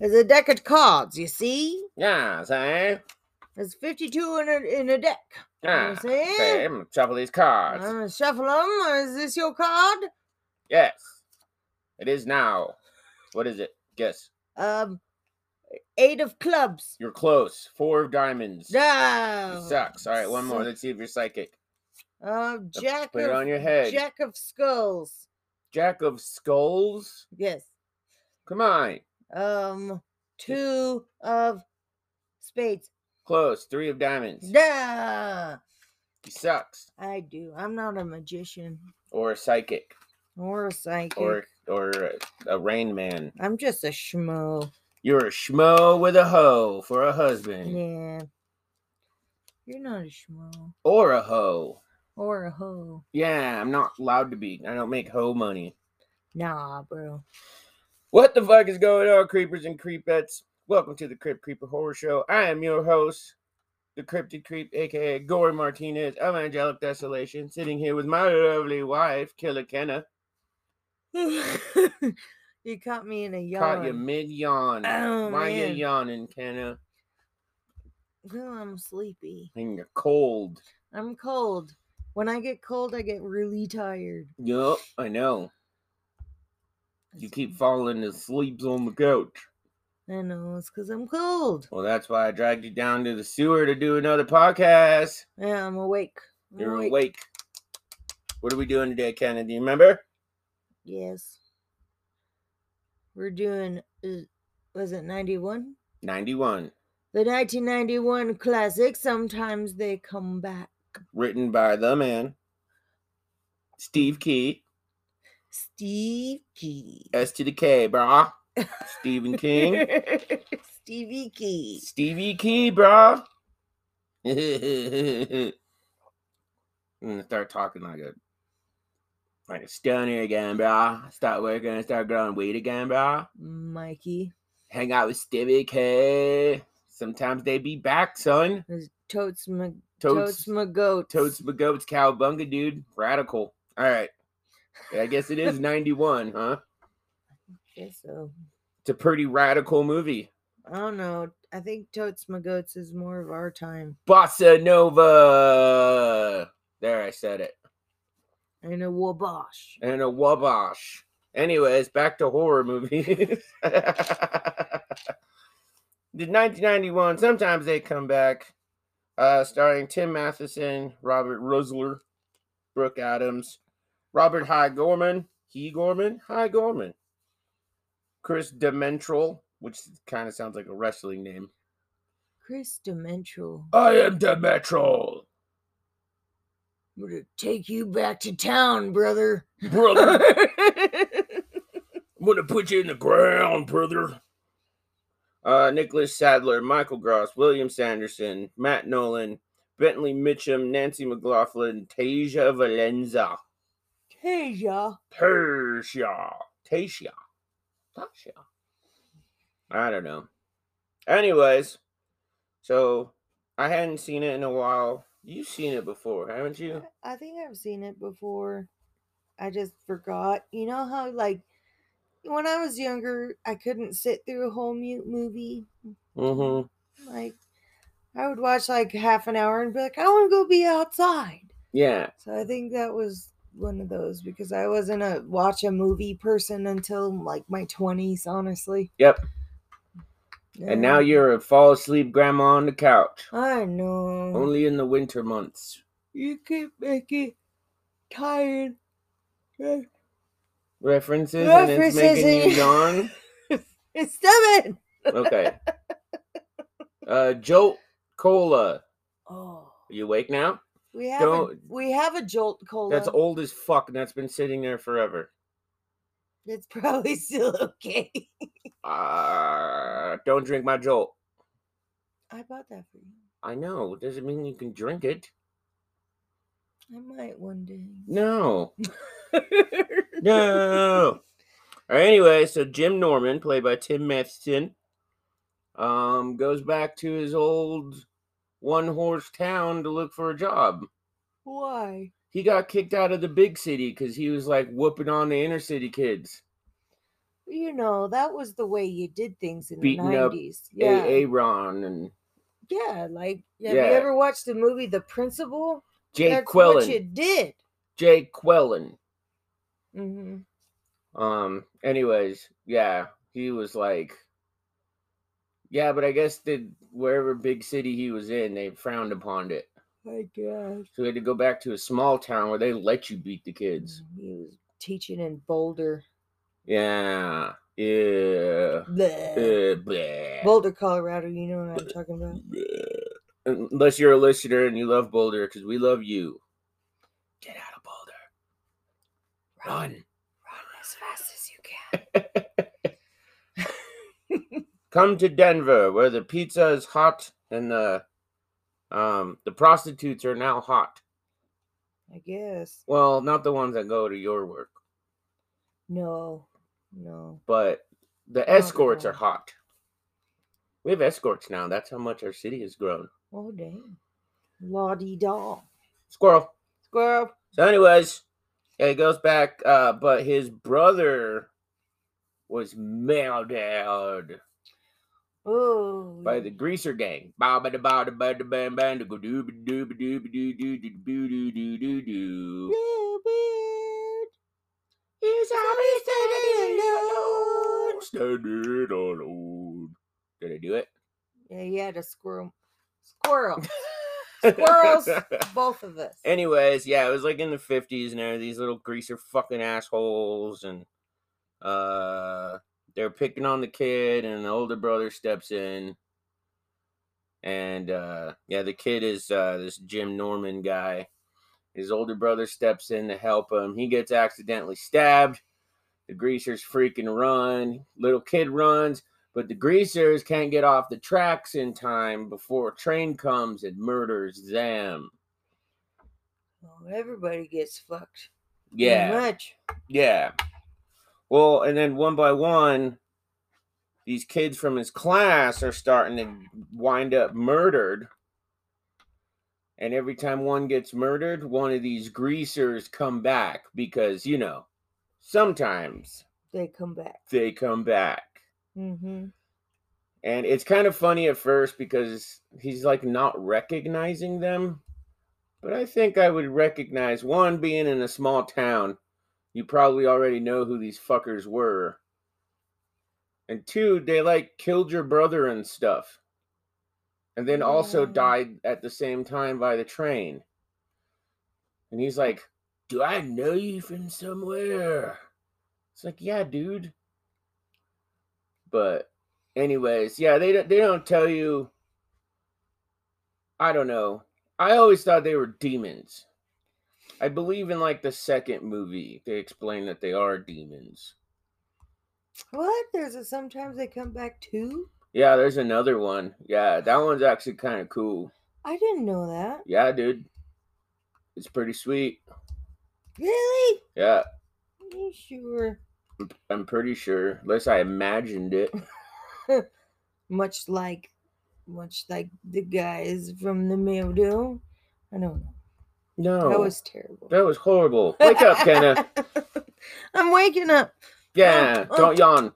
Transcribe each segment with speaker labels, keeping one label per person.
Speaker 1: the deck of cards, you see?
Speaker 2: Yeah, see?
Speaker 1: Oh, There's 52 in a, in a deck.
Speaker 2: Yeah.
Speaker 1: see?
Speaker 2: Same. Shuffle these cards.
Speaker 1: I'm gonna shuffle them. Is this your card?
Speaker 2: Yes. It is now. What is it? Guess.
Speaker 1: Um, eight of clubs.
Speaker 2: You're close. Four of diamonds.
Speaker 1: No.
Speaker 2: It sucks. All right, one more.
Speaker 1: suck.
Speaker 2: Let's see if you're psychic.
Speaker 1: Uh, jack
Speaker 2: Put
Speaker 1: of
Speaker 2: it on your head. Jack,
Speaker 1: jack of skulls.
Speaker 2: of skulls.
Speaker 1: Yes.
Speaker 2: Come on.
Speaker 1: Um, two of spades.
Speaker 2: Close. Three of diamonds.
Speaker 1: Duh.
Speaker 2: He sucks.
Speaker 1: I do. I'm not a magician
Speaker 2: Or a psychic.
Speaker 1: or a psychic.
Speaker 2: Or or a- a rain man.
Speaker 1: I'm just a schmo.
Speaker 2: You're a schmo with a hoe for a husband.
Speaker 1: Yeah. You're not a schmo
Speaker 2: Or a hoe.
Speaker 1: or a hoe.
Speaker 2: Yeah, I'm not allowed to be. I don't make hoe money.
Speaker 1: Nah, bro.
Speaker 2: What the fuck is going on, creepers and creepettes? Welcome to the Crypt Creeper Horror Show. I am your host, the Cryptid Creep, aka Gory Martinez of Angelic Desolation, sitting here with my lovely wife, Killer Kenna.
Speaker 1: you caught me in a yawn.
Speaker 2: Caught you mid yawn.
Speaker 1: Oh,
Speaker 2: Why you
Speaker 1: man.
Speaker 2: yawning, Kenna?
Speaker 1: Well, I'm sleepy.
Speaker 2: And you're cold.
Speaker 1: I'm cold. When I get cold, I get really tired.
Speaker 2: Yup, I know. You
Speaker 1: That's-
Speaker 2: keep falling asleep on the couch.
Speaker 1: I know it's because I'm cold.
Speaker 2: Well, that's why I dragged you down to the sewer to do another podcast.
Speaker 1: Yeah, I'm awake. I'm
Speaker 2: You're awake. What are we doing today, Kenna? Do you remember?
Speaker 1: Yes. We're doing. uh, Was it 91?
Speaker 2: 91.
Speaker 1: The 1991 classic. Sometimes they come back.
Speaker 2: written by the man, Steve Key,
Speaker 1: Steve Key.
Speaker 2: S to the K, brah. Stephen King,
Speaker 1: Stevie Key.
Speaker 2: Stevie Key, brah. and I start talking like a like a stoner again, brah. Start working and start growing weed again, brah.
Speaker 1: Mikey.
Speaker 2: Hang out with Stevie K. Sometimes they be back, son.
Speaker 1: There's Totes Mc. Totes
Speaker 2: Totes, totes,
Speaker 1: McGoats.
Speaker 2: McGoats, cowbunga, dude. Radical. All right. I guess it is 91, huh?
Speaker 1: Guess so.
Speaker 2: It's a pretty radical movie.
Speaker 1: I don't know. I think Totes McGoats is more of our time.
Speaker 2: Bossa Nova. There, I said it.
Speaker 1: And a Wabash.
Speaker 2: And a Wabash. Anyways, back to horror movies. the 1991, sometimes they come back, uh, starring Tim Matheson, Robert Rosler, Brooke Adams, Robert High Gorman, He Gorman, High Gorman, Chris Dementrol, which kind of sounds like a wrestling name.
Speaker 1: Chris Dementrol.
Speaker 2: I am Demetrol,
Speaker 1: I'm gonna take you back to town, brother.
Speaker 2: brother. I'm gonna put you in the ground, brother. Uh, Nicholas Sadler, Michael Gross, William Sanderson, Matt Nolan, Bentley Mitchum, Nancy McLaughlin, Tasia Valenza,
Speaker 1: hey, y'all.
Speaker 2: Tasia, Tasia, Tasha. I don't know. Anyways, so I hadn't seen it in a while. You've seen it before, haven't you?
Speaker 1: I think I've seen it before. I just forgot. You know how, like, when I was younger, I couldn't sit through a whole mute movie.
Speaker 2: Mm-hmm.
Speaker 1: Like, I would watch like half an hour and be like, I want to go be outside.
Speaker 2: Yeah.
Speaker 1: So I think that was one of those because I wasn't a watch a movie person until like my 20s, honestly.
Speaker 2: Yep. And now
Speaker 1: Yeah.
Speaker 2: you're a fall asleep grandma on the couch.
Speaker 1: I know.
Speaker 2: Only in the winter months.
Speaker 1: you keep making tired. Re-
Speaker 2: References, and it's
Speaker 1: References
Speaker 2: making
Speaker 1: and-
Speaker 2: you yawn.
Speaker 1: It's seven.
Speaker 2: Okay. Uh, Jolt Cola.
Speaker 1: Oh,
Speaker 2: You awake now?
Speaker 1: we have a,
Speaker 2: Don't-
Speaker 1: we have a Jolt Cola.
Speaker 2: That's old as fuck, and that's been sitting there forever.
Speaker 1: It's probably still okay.
Speaker 2: Uh, don't drink my Jolt.
Speaker 1: I bought that for you.
Speaker 2: I know. it Doesn't mean you can drink it.
Speaker 1: I might one day.
Speaker 2: No. No. All right, anyway, so Jim Norman, played by Tim Matheson, um, goes back to his old one horse town to look for a job.
Speaker 1: Why?
Speaker 2: he got kicked out of the big city because he was like whooping on the inner city kids.
Speaker 1: you know, that was the way you did things in
Speaker 2: Beating
Speaker 1: the
Speaker 2: up
Speaker 1: 90s. yeah.
Speaker 2: Aaron and
Speaker 1: yeah. Like, have
Speaker 2: Yeah.
Speaker 1: you ever watched the movie The Principal?
Speaker 2: Jake
Speaker 1: That's what you
Speaker 2: Quellen.
Speaker 1: did.
Speaker 2: Jake Quellen.
Speaker 1: hmm
Speaker 2: Um. Anyways, yeah, he was like, yeah, but I guess did wherever big city he was in, they frowned upon it,
Speaker 1: My gosh.
Speaker 2: so he had to go back to a small town where they let you beat the kids.
Speaker 1: Mm, He was teaching in Boulder,
Speaker 2: Yeah. Yeah.
Speaker 1: Bleh.
Speaker 2: Uh, bleh.
Speaker 1: Boulder, Colorado. You know what I'm talking about.
Speaker 2: Bleh. Unless you're a listener and you love Boulder, because we love you. Get out of Boulder.
Speaker 1: Run,
Speaker 2: Run.
Speaker 1: run as fast as you can.
Speaker 2: Come to Denver, where the pizza is hot and the um the prostitutes are now hot.
Speaker 1: I guess.
Speaker 2: Well, not the ones that go to your work,
Speaker 1: No, no.
Speaker 2: but the
Speaker 1: Oh, the
Speaker 2: escorts are
Speaker 1: ones.
Speaker 2: hot. We have escorts now. That's how much our city has grown.
Speaker 1: Oh damn. La di da.
Speaker 2: Squirrel.
Speaker 1: Squirrel.
Speaker 2: So, anyways, yeah, he goes back, uh, but his brother was murdered
Speaker 1: Oh.
Speaker 2: by the greaser gang. Baba da ba da ba da bam bam da go dooba dooba dooba doo doo doo doo doo doo doo doo.
Speaker 1: Bluebird.
Speaker 2: Yes,
Speaker 1: Zombie standing
Speaker 2: alone.
Speaker 1: alone.
Speaker 2: Standing alone. Did I do it?
Speaker 1: Yeah, you had a squirrel. Squirrel. Squirrels. both of us.
Speaker 2: Anyways, yeah, it was like in the fifties, and there were these little greaser fucking assholes, and uh, they're picking on the kid, and the older brother steps in, and uh, yeah, the kid is uh, this Jim Norman guy. His older brother steps in to help him. He gets accidentally stabbed. The greasers freaking run. Little kid runs, but the greasers can't get off the tracks in time before a train comes and murders them.
Speaker 1: Oh, everybody gets fucked. pretty
Speaker 2: Yeah.
Speaker 1: Much.
Speaker 2: Yeah. Well, and then one by one, these kids from his class are starting to wind up murdered. And every time one gets murdered, one of these greasers come back because, you know, sometimes
Speaker 1: They come back.
Speaker 2: they come back.
Speaker 1: Mm-hmm.
Speaker 2: And it's kind of funny at first because he's like not recognizing them. But I think I would recognize one being in a small town. You probably already know who these fuckers were. And two, they like killed your brother and stuff. And then also
Speaker 1: Yeah.
Speaker 2: died at the same time by the train. And he's like, Do I know you from somewhere? It's like, Yeah, dude. But anyways, yeah, they don't they don't tell you. I don't know. I always thought they were demons. I believe in like the second movie they explain that they are demons.
Speaker 1: What? There's a sometimes they come back too?
Speaker 2: Yeah, there's another one. Yeah, that one's actually kind of cool.
Speaker 1: I didn't know that.
Speaker 2: Yeah, dude. It's pretty sweet.
Speaker 1: Really?
Speaker 2: Yeah,
Speaker 1: You sure?
Speaker 2: I'm pretty sure. Unless I imagined it.
Speaker 1: Much like much like the guys from the Mildew. I don't know.
Speaker 2: No.
Speaker 1: That was terrible.
Speaker 2: that was horrible. Oh. Wake up, Kenna.
Speaker 1: I'm waking up.
Speaker 2: Yeah,
Speaker 1: Oh,
Speaker 2: don't yawn.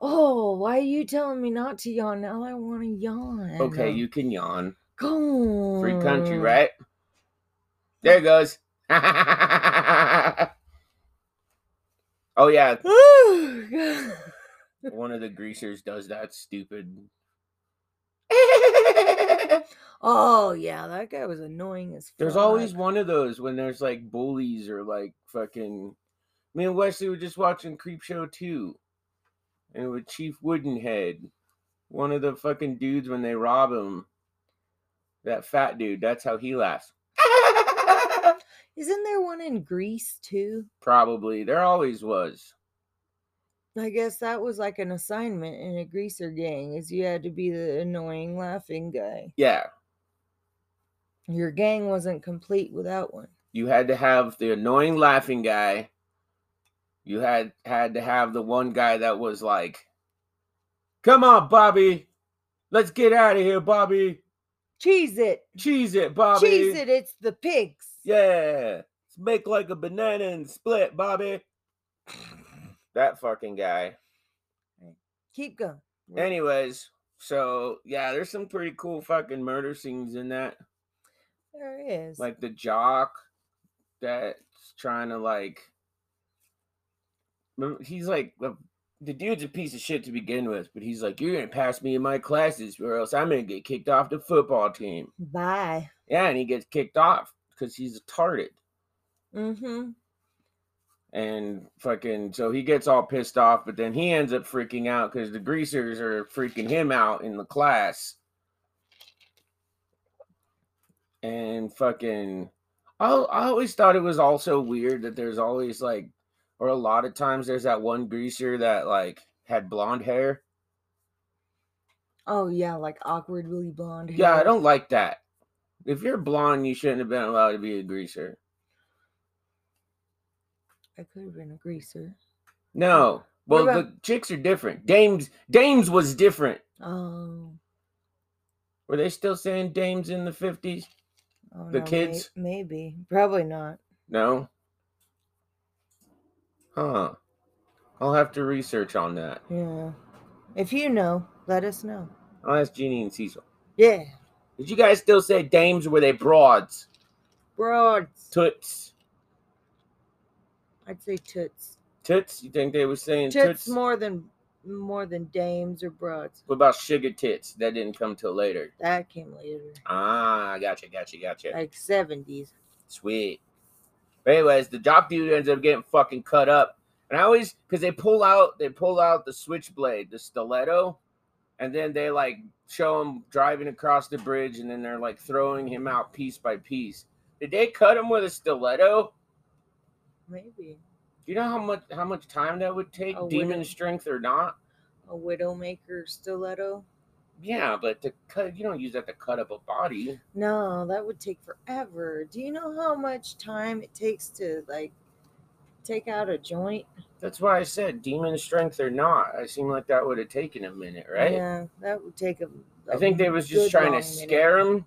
Speaker 1: Oh, why are you telling me not to yawn? Now I want to yawn.
Speaker 2: Okay, you can yawn.
Speaker 1: go.
Speaker 2: Free country, right? There it goes. oh yeah, one of the greasers does that stupid.
Speaker 1: oh yeah, that guy was annoying as fuck.
Speaker 2: There's always one of those when there's like bullies or like fucking. Me and Wesley were just watching Creep Show 2. And with Chief Woodenhead, one of the fucking dudes when they rob him, that fat dude, that's how he laughs.
Speaker 1: Isn't there one in Greece too?
Speaker 2: Probably. There always was.
Speaker 1: I guess that was like an assignment in a greaser gang is you had to be the annoying laughing guy.
Speaker 2: Yeah.
Speaker 1: Your gang wasn't complete without one.
Speaker 2: You had to have the annoying laughing guy. You had had to have the one guy that was like, "Come on, Bobby, let's get out of here, Bobby.
Speaker 1: Cheese it.
Speaker 2: Cheese it, Bobby.
Speaker 1: Cheese it, it's the pigs.
Speaker 2: Yeah, let's make like a banana and split, Bobby." That fucking guy.
Speaker 1: Keep going. We're-
Speaker 2: Anyways, so yeah, there's some pretty cool fucking murder scenes in that.
Speaker 1: There it is.
Speaker 2: Like the jock that's trying to like remember- he's like the, the dude's a piece of shit to begin with, but he's like, You're gonna pass me in my classes or else I'm gonna get kicked off the football team.
Speaker 1: Bye.
Speaker 2: Yeah, and he gets kicked off because he's retarded.
Speaker 1: Mm-hmm.
Speaker 2: and fucking so he gets all pissed off but then he ends up freaking out because the greasers are freaking him out in the class and fucking I, I always thought it was also weird that there's always like or a lot of times there's that one greaser that like had blonde hair
Speaker 1: Oh yeah, like awkwardly blonde.
Speaker 2: yeah i
Speaker 1: hair.
Speaker 2: don't like that if you're blonde you shouldn't have been allowed to be a greaser
Speaker 1: I could have been a greaser.
Speaker 2: no well
Speaker 1: What
Speaker 2: the chicks are different dames dames was different
Speaker 1: Oh.
Speaker 2: Were they still saying dames in the 50s?
Speaker 1: oh
Speaker 2: The
Speaker 1: no, may-
Speaker 2: kids?
Speaker 1: maybe. Probably not.
Speaker 2: No. Huh. I'll have to research on that.
Speaker 1: Yeah. If you know, let us know.
Speaker 2: I'll ask Jeannie and Cecil.
Speaker 1: Yeah.
Speaker 2: Did you guys still say dames or were they broads?
Speaker 1: Broads.
Speaker 2: Toots.
Speaker 1: I'd say toots.
Speaker 2: Toots? You think they were saying
Speaker 1: Toots,
Speaker 2: toots?
Speaker 1: more than more than dames or broads.
Speaker 2: What about sugar tits? That didn't come till later.
Speaker 1: That came later.
Speaker 2: Ah, gotcha, gotcha, gotcha.
Speaker 1: Like seventies.
Speaker 2: Sweet. But anyways, the jock dude ends up getting fucking cut up. And I always because they pull out they pull out the switchblade, the stiletto, and then they like show him driving across the bridge and then they're like throwing him out piece by piece. Did they cut him with a stiletto?
Speaker 1: Maybe.
Speaker 2: Do you know how much how much time that would take,
Speaker 1: Oh,
Speaker 2: demon
Speaker 1: wouldn't-
Speaker 2: strength or not?
Speaker 1: A widowmaker stiletto.
Speaker 2: Yeah, but to cut you don't use that to cut up a body.
Speaker 1: No, that would take forever. Do you know how much time it takes to like take out a joint?
Speaker 2: That's why I said demon strength or not. I seem like that would have taken a minute, right?
Speaker 1: Yeah, that would take a.
Speaker 2: I
Speaker 1: a
Speaker 2: think they was just
Speaker 1: good
Speaker 2: trying to
Speaker 1: long minute.
Speaker 2: scare him,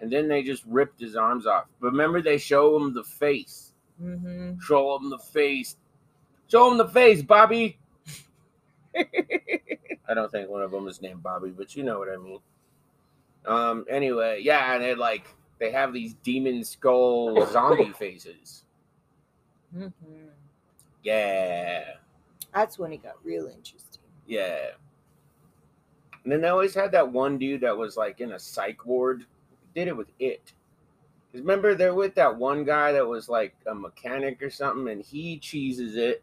Speaker 2: and then they just ripped his arms off. Remember, they show him the face.
Speaker 1: Mhm.
Speaker 2: Show him the face. Show him the face, Bobby. I don't think one of them is named Bobby, but you know what I mean. Um. Anyway, yeah, and they like they have these demon skull zombie faces.
Speaker 1: Mhm.
Speaker 2: Yeah,
Speaker 1: That's when it got real interesting.
Speaker 2: yeah. And then they always had that one dude that was like in a psych ward. Did it with it. 'Cause Remember, they're with that one guy that was like a mechanic or something, and he cheeses it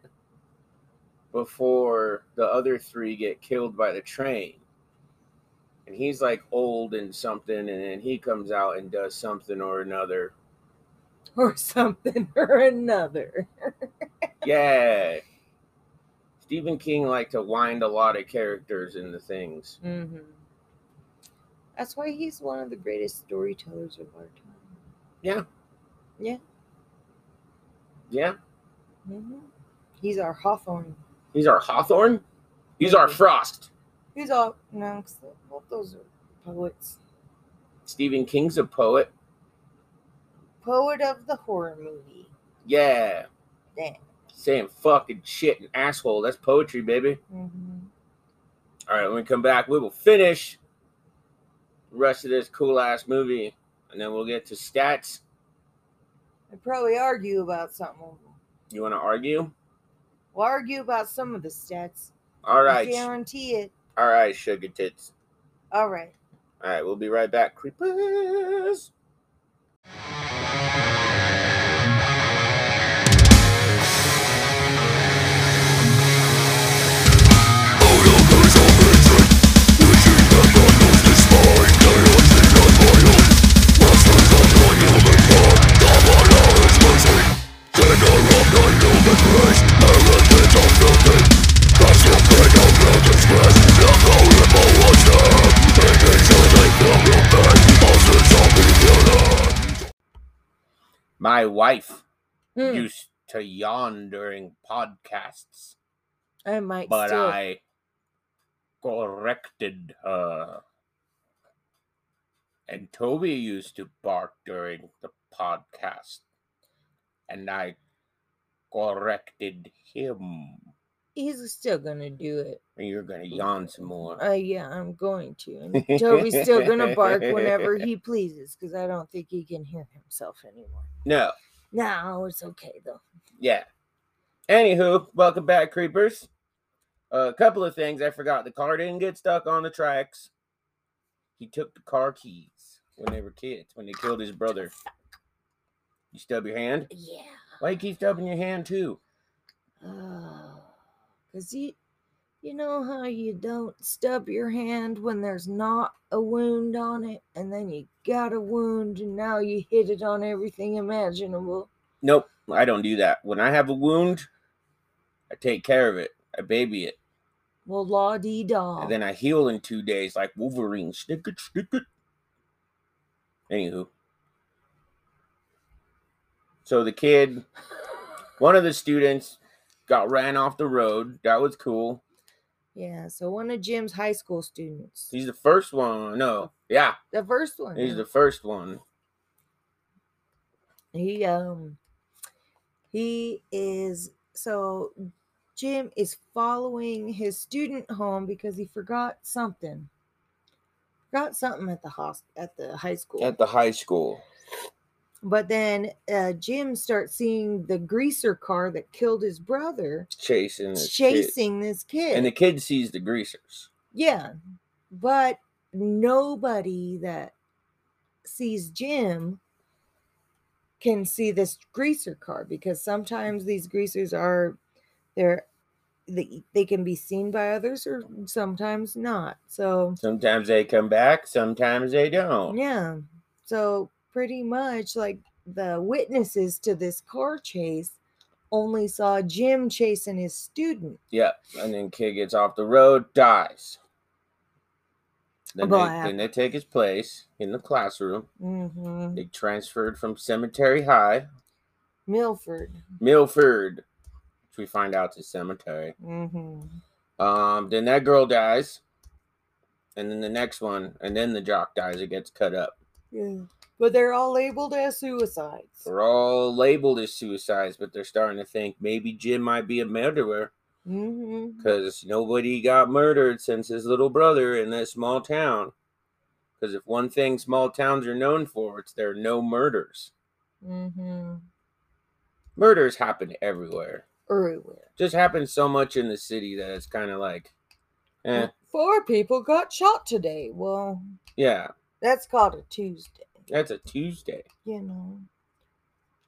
Speaker 2: before the other three get killed by the train. And he's like old and something, and then he comes out and does something or another.
Speaker 1: Or something or another.
Speaker 2: Yeah. Stephen King liked to wind a lot of characters into things.
Speaker 1: Mhm. That's why he's one of the greatest storytellers of our time.
Speaker 2: Yeah.
Speaker 1: Mhm. He's our Hawthorne.
Speaker 2: He's our Hawthorne. He's our
Speaker 1: Maybe.
Speaker 2: Frost.
Speaker 1: He's our. No, 'cause the- well, those are poets.
Speaker 2: Stephen King's a poet.
Speaker 1: Poet of the horror movie.
Speaker 2: Yeah.
Speaker 1: Damn.
Speaker 2: Saying fucking shit and asshole. That's poetry, baby.
Speaker 1: Mhm.
Speaker 2: All right, when we come back, we will finish the rest of this cool ass movie, and then we'll get to stats.
Speaker 1: I'd probably argue about something.
Speaker 2: You want to argue?
Speaker 1: We'll argue about some of the stats.
Speaker 2: All
Speaker 1: I
Speaker 2: right, sh-
Speaker 1: Guarantee it.
Speaker 2: all right, sugar tits.
Speaker 1: All right.
Speaker 2: All right, we'll be right back, creepers. My wife
Speaker 1: Mm.
Speaker 2: used to yawn during podcasts,
Speaker 1: I might
Speaker 2: but
Speaker 1: still.
Speaker 2: I corrected her. And Toby used to bark during the podcast, and I corrected him.
Speaker 1: he's still gonna do it.
Speaker 2: And you're gonna yawn some more.
Speaker 1: Uh, yeah, I'm going to. And Toby's still gonna bark whenever he pleases because I don't think he can hear himself anymore.
Speaker 2: No.
Speaker 1: No, it's okay though.
Speaker 2: Yeah. Anywho, welcome back, creepers. a couple of things I forgot. The car didn't get stuck on the tracks. He took the car keys when they were kids, when they killed his brother. You stub your hand?
Speaker 1: Yeah.
Speaker 2: Why you keep stubbing your hand too?
Speaker 1: Because you, you know how you don't stub your hand when there's not a wound on it, and then you got a wound, and now you hit it on everything imaginable.
Speaker 2: Nope, I don't do that. When I have a wound, I take care of it. I baby it.
Speaker 1: Well, la dee da.
Speaker 2: And then I heal in two days like Wolverine. Stick it, stick it. Anywho. So the kid, one of the students got ran off the road. That was cool.
Speaker 1: Yeah, so one of Jim's high school students,
Speaker 2: He's the first one. No. Yeah.
Speaker 1: the first one,
Speaker 2: He's the first one.
Speaker 1: he um, he is so Jim is following his student home because he forgot something. Forgot something at the host at the high school.
Speaker 2: At the high school.
Speaker 1: But then uh, Jim starts seeing the greaser car that killed his brother
Speaker 2: Chasing this kid.
Speaker 1: chasing this kid.
Speaker 2: And the kid sees the greasers.
Speaker 1: yeah. But nobody that sees Jim can see this greaser car because sometimes these greasers are they're they, they can be seen by others or sometimes not. So
Speaker 2: Sometimes they come back, sometimes they don't.
Speaker 1: Yeah. So pretty much like the witnesses to this car chase only saw Jim chasing his student.
Speaker 2: Yeah, and then kid gets off the road, dies. Then they,
Speaker 1: Black.
Speaker 2: then they take his place in the classroom.
Speaker 1: hmm
Speaker 2: They transferred from Cemetery High,
Speaker 1: Milford.
Speaker 2: Milford, which we find out's a cemetery.
Speaker 1: hmm
Speaker 2: Um, then that girl dies, and then the next one, and then the jock dies. It gets cut up.
Speaker 1: Yeah. But they're all labeled as suicides.
Speaker 2: They're all labeled as suicides, but they're starting to think maybe Jim might be a murderer
Speaker 1: hmm
Speaker 2: because nobody got murdered since his little brother in that small town. Because if one thing small towns are known for, it's there are no murders.
Speaker 1: hmm
Speaker 2: Murders happen everywhere.
Speaker 1: Everywhere.
Speaker 2: Just happens so much in the city that it's kind of like, eh,
Speaker 1: Four people got shot today. Well,
Speaker 2: yeah,
Speaker 1: that's called a Tuesday,
Speaker 2: that's a Tuesday.
Speaker 1: you know.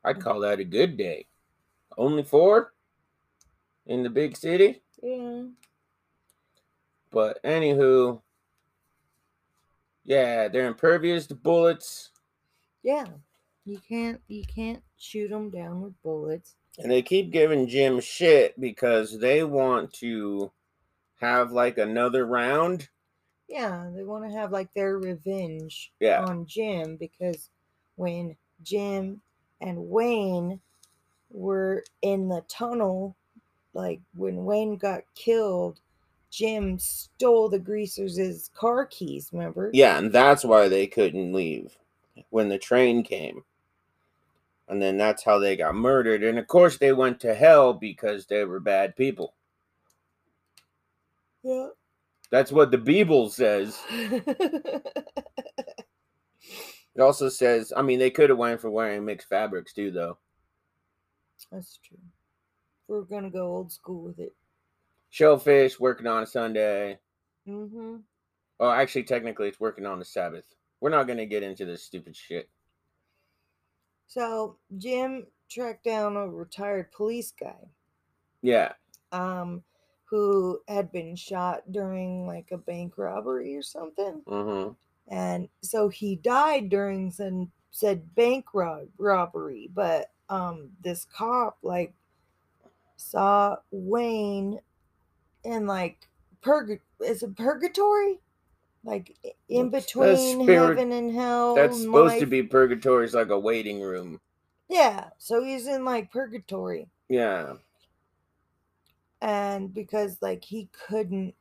Speaker 2: I'd call that a good day. Only four in the big city.
Speaker 1: Yeah.
Speaker 2: But anywho, yeah, they're impervious to bullets,
Speaker 1: Yeah. You can't you can't shoot them down with bullets.
Speaker 2: and they keep giving Jim shit because they want to have like another round.
Speaker 1: Yeah, they want to have like their revenge
Speaker 2: Yeah.
Speaker 1: on Jim because when Jim and Wayne were in the tunnel, like when Wayne got killed, Jim stole the greasers' car keys, remember?
Speaker 2: Yeah, and that's why they couldn't leave when the train came. And then that's how they got murdered. And of course, they went to hell because they were bad people.
Speaker 1: Yeah.
Speaker 2: That's what the Bible says. It also says, I mean, they could have went for wearing mixed fabrics too, though.
Speaker 1: That's true. We're going to go old school with it.
Speaker 2: Shellfish working on a Sunday.
Speaker 1: hmm
Speaker 2: Oh, actually, technically, it's working on the Sabbath. We're not gonna get into this stupid shit.
Speaker 1: So Jim tracked down a retired police guy.
Speaker 2: Yeah,
Speaker 1: um, who had been shot during like a bank robbery or something.
Speaker 2: mm-hmm.
Speaker 1: And so he died during some said bank rob- robbery, but um, this cop like saw Wayne in like purg is it purgatory? Like i- in
Speaker 2: That's- that's
Speaker 1: between
Speaker 2: spirit-
Speaker 1: heaven and hell.
Speaker 2: that's
Speaker 1: and
Speaker 2: supposed to
Speaker 1: life.
Speaker 2: be purgatory. It's like a waiting room.
Speaker 1: Yeah. So he's in like purgatory.
Speaker 2: Yeah,
Speaker 1: and because like he couldn't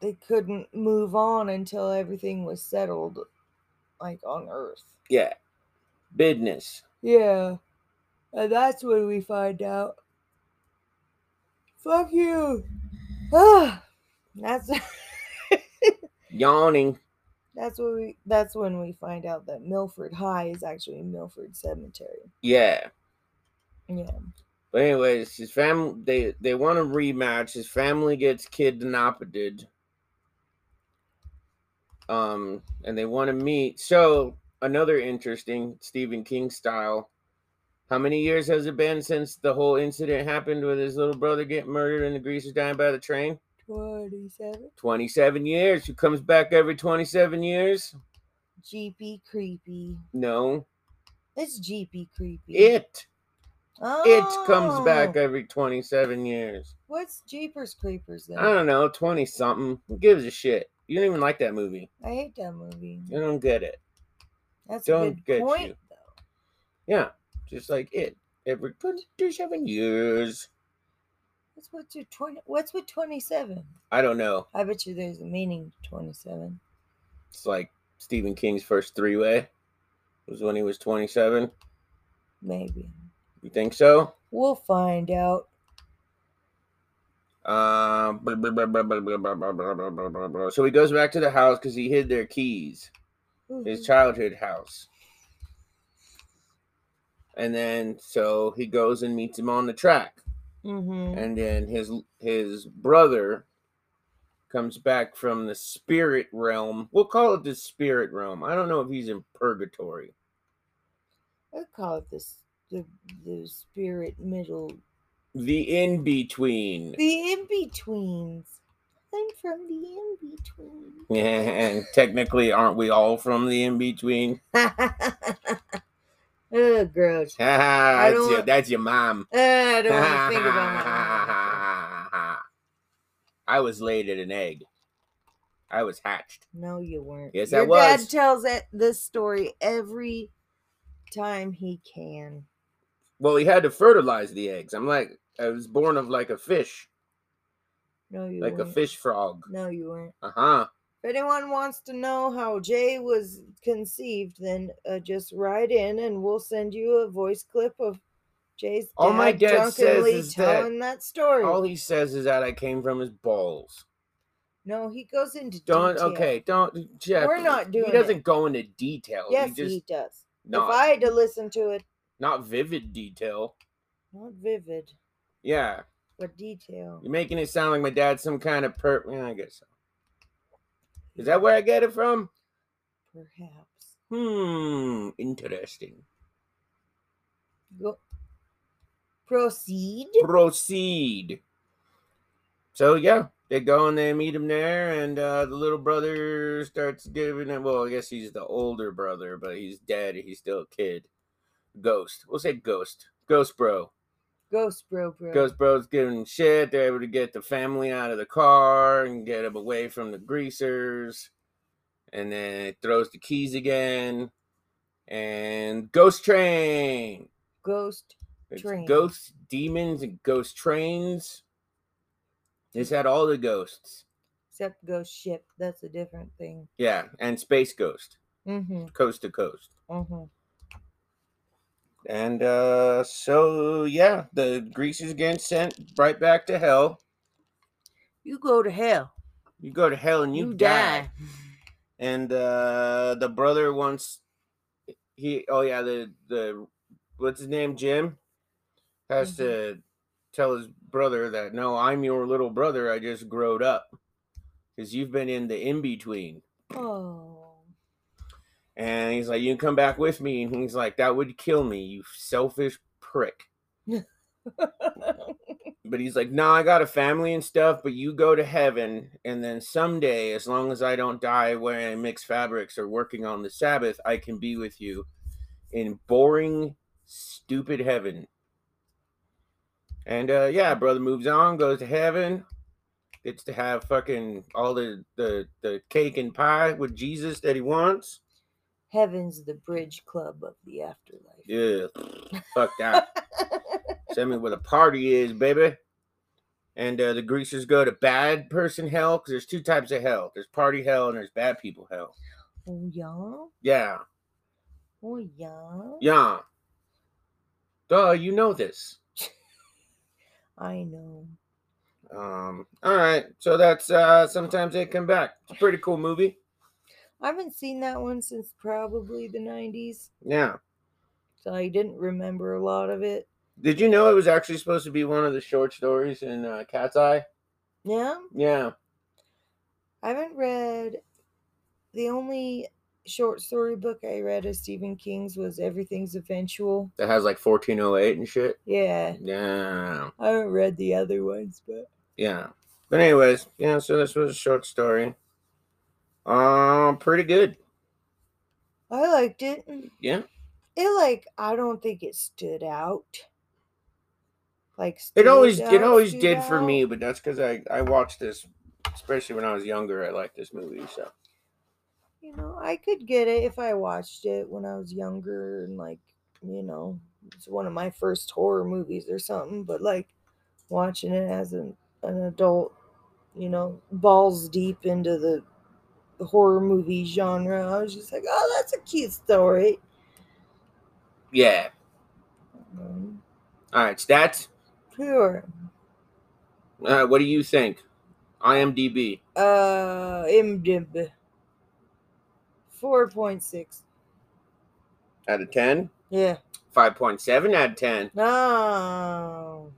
Speaker 1: they couldn't move on until everything was settled like on earth
Speaker 2: yeah, business.
Speaker 1: yeah and that's when we find out Fuck you. Ah, that's
Speaker 2: Yawning.
Speaker 1: that's what we that's when we find out that Milford High is actually Milford Cemetery.
Speaker 2: Yeah.
Speaker 1: Yeah.
Speaker 2: But anyways, his family they they want a rematch. His family gets kidnapped. Um, and they want to meet. So another interesting Stephen King style. How many years has it been since the whole incident happened with his little brother getting murdered and the greasers dying by the train?
Speaker 1: Twenty seven.
Speaker 2: 27 years. Who comes back every 27 years?
Speaker 1: GP creepy.
Speaker 2: No.
Speaker 1: It's GP creepy.
Speaker 2: It.
Speaker 1: oh,
Speaker 2: It comes back every 27 years.
Speaker 1: What's Jeepers Creepers then?
Speaker 2: I don't know, 20 something. Who gives a shit? You don't even like that movie.
Speaker 1: I hate that movie.
Speaker 2: You don't get it.
Speaker 1: That's a
Speaker 2: don't
Speaker 1: good
Speaker 2: get
Speaker 1: point
Speaker 2: you.
Speaker 1: though.
Speaker 2: Yeah. Just like it. Every 27 years.
Speaker 1: What's with your twenty what's with twenty seven?
Speaker 2: I don't know.
Speaker 1: I bet you there's a meaning to twenty seven.
Speaker 2: It's like Stephen King's first three way was when he was 27.
Speaker 1: Maybe.
Speaker 2: You think so?
Speaker 1: We'll find out.
Speaker 2: Um, blah, blah, blah, blah, blah, blah, blah, blah, blah, blah, blah, blah, blah. so he goes back to the house because he hid their keys, his
Speaker 1: Mhm.
Speaker 2: childhood house. And then so he goes and meets him on the track.
Speaker 1: Mhm.
Speaker 2: and then his his brother comes back from the spirit realm. We'll call it the spirit realm. I don't know if he's in purgatory.
Speaker 1: I'd call it this the the spirit middle
Speaker 2: The in between.
Speaker 1: the in betweens. I'm from the in between.
Speaker 2: and technically, aren't we all from the in between?
Speaker 1: oh, gross.
Speaker 2: that's,
Speaker 1: don't
Speaker 2: your,
Speaker 1: want-
Speaker 2: that's your mom.
Speaker 1: I don't want to think about that.
Speaker 2: I was laid at an egg. I was hatched.
Speaker 1: No, you weren't.
Speaker 2: Yes, I
Speaker 1: Your dad
Speaker 2: was.
Speaker 1: tells it, this story every time he can.
Speaker 2: Well, he had to fertilize the eggs. I'm like, I was born of like a fish,
Speaker 1: No, you
Speaker 2: like a
Speaker 1: weren't.
Speaker 2: fish frog.
Speaker 1: No, you weren't.
Speaker 2: Uh huh.
Speaker 1: If anyone wants to know how Jay was conceived, then uh, just write in and we'll send you a voice clip of Jay's dad,
Speaker 2: All my dad says
Speaker 1: drunkenly
Speaker 2: is that-
Speaker 1: telling that, story.
Speaker 2: All he says is that I came from his balls.
Speaker 1: no, he goes into
Speaker 2: Don't
Speaker 1: detail.
Speaker 2: okay. Don't Jeff.
Speaker 1: We're not doing
Speaker 2: He
Speaker 1: it.
Speaker 2: doesn't go into detail.
Speaker 1: Yes,
Speaker 2: he
Speaker 1: he
Speaker 2: just
Speaker 1: does.
Speaker 2: not
Speaker 1: If I had to listen to it,
Speaker 2: not vivid detail.
Speaker 1: not vivid,
Speaker 2: Yeah,
Speaker 1: but detail.
Speaker 2: you're making it sound like my dad's some kind of per. Yeah, I guess so. Is that where I get it from?
Speaker 1: Perhaps.
Speaker 2: Hmm, interesting.
Speaker 1: Go- Proceed.
Speaker 2: Proceed. So yeah, they go and they meet him there, and uh, the little brother starts giving him. Well, I guess he's the older brother, but he's dead. He's still a kid. Ghost. We'll say ghost. Ghost bro.
Speaker 1: Ghost bro, bro.
Speaker 2: Ghost bro's giving him shit. They're able to get the family out of the car and get him away from the greasers. And then it throws the keys again. And ghost train.
Speaker 1: Ghost.
Speaker 2: It's
Speaker 1: Train.
Speaker 2: ghosts, demons, and ghost trains. It's had all the ghosts.
Speaker 1: Except ghost ship. That's a different thing.
Speaker 2: Yeah, and space ghost,
Speaker 1: Mm-hmm.
Speaker 2: coast to coast.
Speaker 1: Mm-hmm.
Speaker 2: And uh so yeah, the greasers getting sent right back to hell.
Speaker 1: You go to hell.
Speaker 2: You go to hell and you, die. And uh the brother wants he oh yeah, the the what's his name, Jim? Has
Speaker 1: Mhm.
Speaker 2: to tell his brother that no, I'm your little brother, I just growed up. Because you've been in the in between.
Speaker 1: Oh.
Speaker 2: And he's like, You can come back with me. And he's like, That would kill me, you selfish prick. But he's like, No, I got a family and stuff, but you go to heaven. And then someday, as long as I don't die wearing mixed fabrics or working on the Sabbath, I can be with you in boring, stupid heaven. And uh, yeah, brother moves on, goes to heaven, gets to have fucking all the, the, the cake and pie with Jesus that he wants.
Speaker 1: Heaven's the bridge club of the afterlife.
Speaker 2: Yeah, fuck that. Send me where the party is, baby. And uh, the greasers go to bad person hell because there's two types of hell. There's party hell and there's bad people hell.
Speaker 1: Oh yeah.
Speaker 2: Yeah,
Speaker 1: Oh yeah.
Speaker 2: yeah. Duh, you know this.
Speaker 1: I know.
Speaker 2: Um, all right, so that's uh, sometimes they come back. It's a pretty cool movie.
Speaker 1: I haven't seen that one since probably the 90s,
Speaker 2: Yeah.
Speaker 1: so I didn't remember a lot of it.
Speaker 2: Did you know it was actually supposed to be one of the short stories in uh, Cat's Eye?
Speaker 1: Yeah,
Speaker 2: Yeah.
Speaker 1: I haven't read the only short story book I read of Stephen King's was Everything's Eventual.
Speaker 2: That has like 1408 and shit.
Speaker 1: Yeah,
Speaker 2: Yeah.
Speaker 1: I haven't read the other ones, but
Speaker 2: Yeah. But anyways, yeah, so this was a short story. Um, pretty good.
Speaker 1: I liked it.
Speaker 2: Yeah.
Speaker 1: It like I don't think it stood out. Like
Speaker 2: It always
Speaker 1: stood
Speaker 2: it
Speaker 1: out,
Speaker 2: always
Speaker 1: stood
Speaker 2: did for
Speaker 1: out.
Speaker 2: me, but that's because I I watched this, especially when I was younger. I liked this movie, so
Speaker 1: You know, I could get it if I watched it when I was younger and like you know it's one of my first horror movies or something. But like watching it as an an adult, you know, balls deep into the horror movie genre, I was just like, oh, that's a cute story.
Speaker 2: yeah.
Speaker 1: Um,
Speaker 2: All right, stats.
Speaker 1: Sure.
Speaker 2: Uh, what do you think? IMDb.
Speaker 1: Uh, MDB. 4.6.
Speaker 2: out of 10
Speaker 1: Yeah.
Speaker 2: 5.7 out of 10
Speaker 1: No.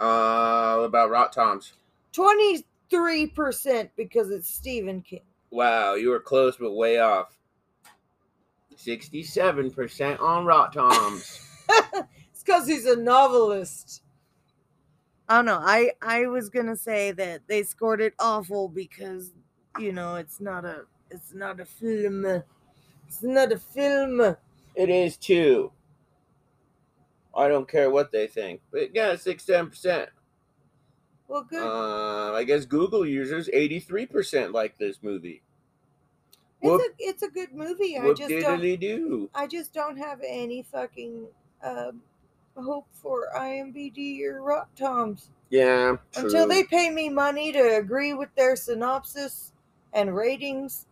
Speaker 2: uh what about rot toms
Speaker 1: 23% because it's Stephen King.
Speaker 2: wow you were close but way off 67% on rot toms
Speaker 1: it's because he's a novelist. I don't know. I, I was gonna say that they scored it awful because you know it's not a it's not a film. It's not a film.
Speaker 2: it is two i don't care what they think but yeah 67%
Speaker 1: Well good.
Speaker 2: uh, i guess google users 83% like this movie whoop.
Speaker 1: it's a it's a good movie. I
Speaker 2: whoop
Speaker 1: just don't
Speaker 2: diddly do
Speaker 1: I just don't have any fucking um, hope for IMBD or Rock Toms
Speaker 2: yeah
Speaker 1: until
Speaker 2: true.
Speaker 1: they pay me money to agree with their synopsis and ratings.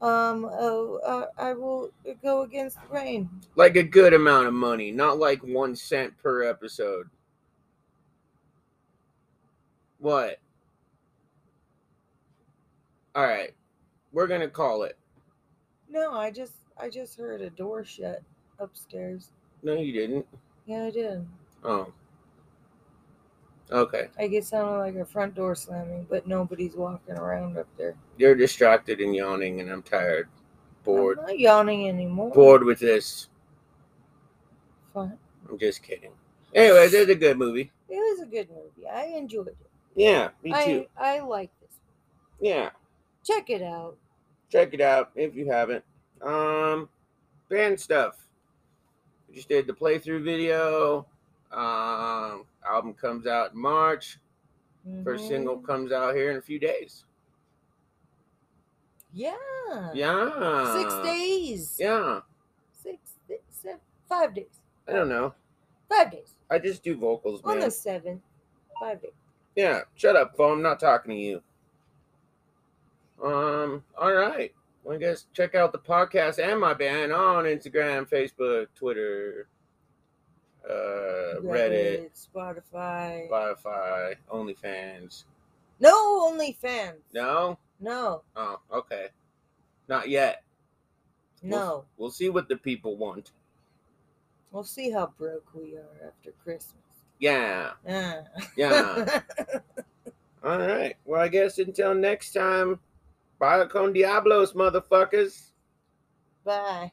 Speaker 1: Um, oh, uh, I will go against the grain.
Speaker 2: like a good amount of money not like one cent per episode what all right we're gonna call it
Speaker 1: No, I just I just heard a door shut upstairs.
Speaker 2: no you didn't
Speaker 1: Yeah, I did.
Speaker 2: oh okay
Speaker 1: I guess sounded like a front door slamming, but nobody's walking around up there.
Speaker 2: you're distracted and yawning and i'm tired bored
Speaker 1: I'm not yawning anymore.
Speaker 2: bored with this
Speaker 1: Fine.
Speaker 2: i'm just kidding anyways it's a good movie
Speaker 1: It was a good movie. I enjoyed it.
Speaker 2: yeah me too
Speaker 1: I I like this.
Speaker 2: yeah
Speaker 1: Check it out.
Speaker 2: check it out if you haven't. Um, band stuff. We just did the playthrough video. Um, album comes out in March. 1st single
Speaker 1: Mhm.
Speaker 2: comes out here in a few days.
Speaker 1: Yeah.
Speaker 2: Yeah.
Speaker 1: Six days.
Speaker 2: Yeah.
Speaker 1: Six, six, seven, five days.
Speaker 2: I don't know.
Speaker 1: Five days.
Speaker 2: I just do vocals,
Speaker 1: On
Speaker 2: man.
Speaker 1: the seventh. Five days.
Speaker 2: Yeah. Shut up, phone. I'm not talking to you. Um. All right. Well, I guess check out the podcast and my band on Instagram, Facebook, Twitter, uh, Reddit.
Speaker 1: Spotify.
Speaker 2: Spotify, OnlyFans.
Speaker 1: No OnlyFans.
Speaker 2: No?
Speaker 1: No.
Speaker 2: Oh, okay. Not yet. We'll-
Speaker 1: No.
Speaker 2: We'll see what the people want.
Speaker 1: We'll see how broke we are after Christmas.
Speaker 2: Yeah.
Speaker 1: Ah.
Speaker 2: Yeah. All right. Well, I guess until next time, bye con diablos, motherfuckers.
Speaker 1: Bye.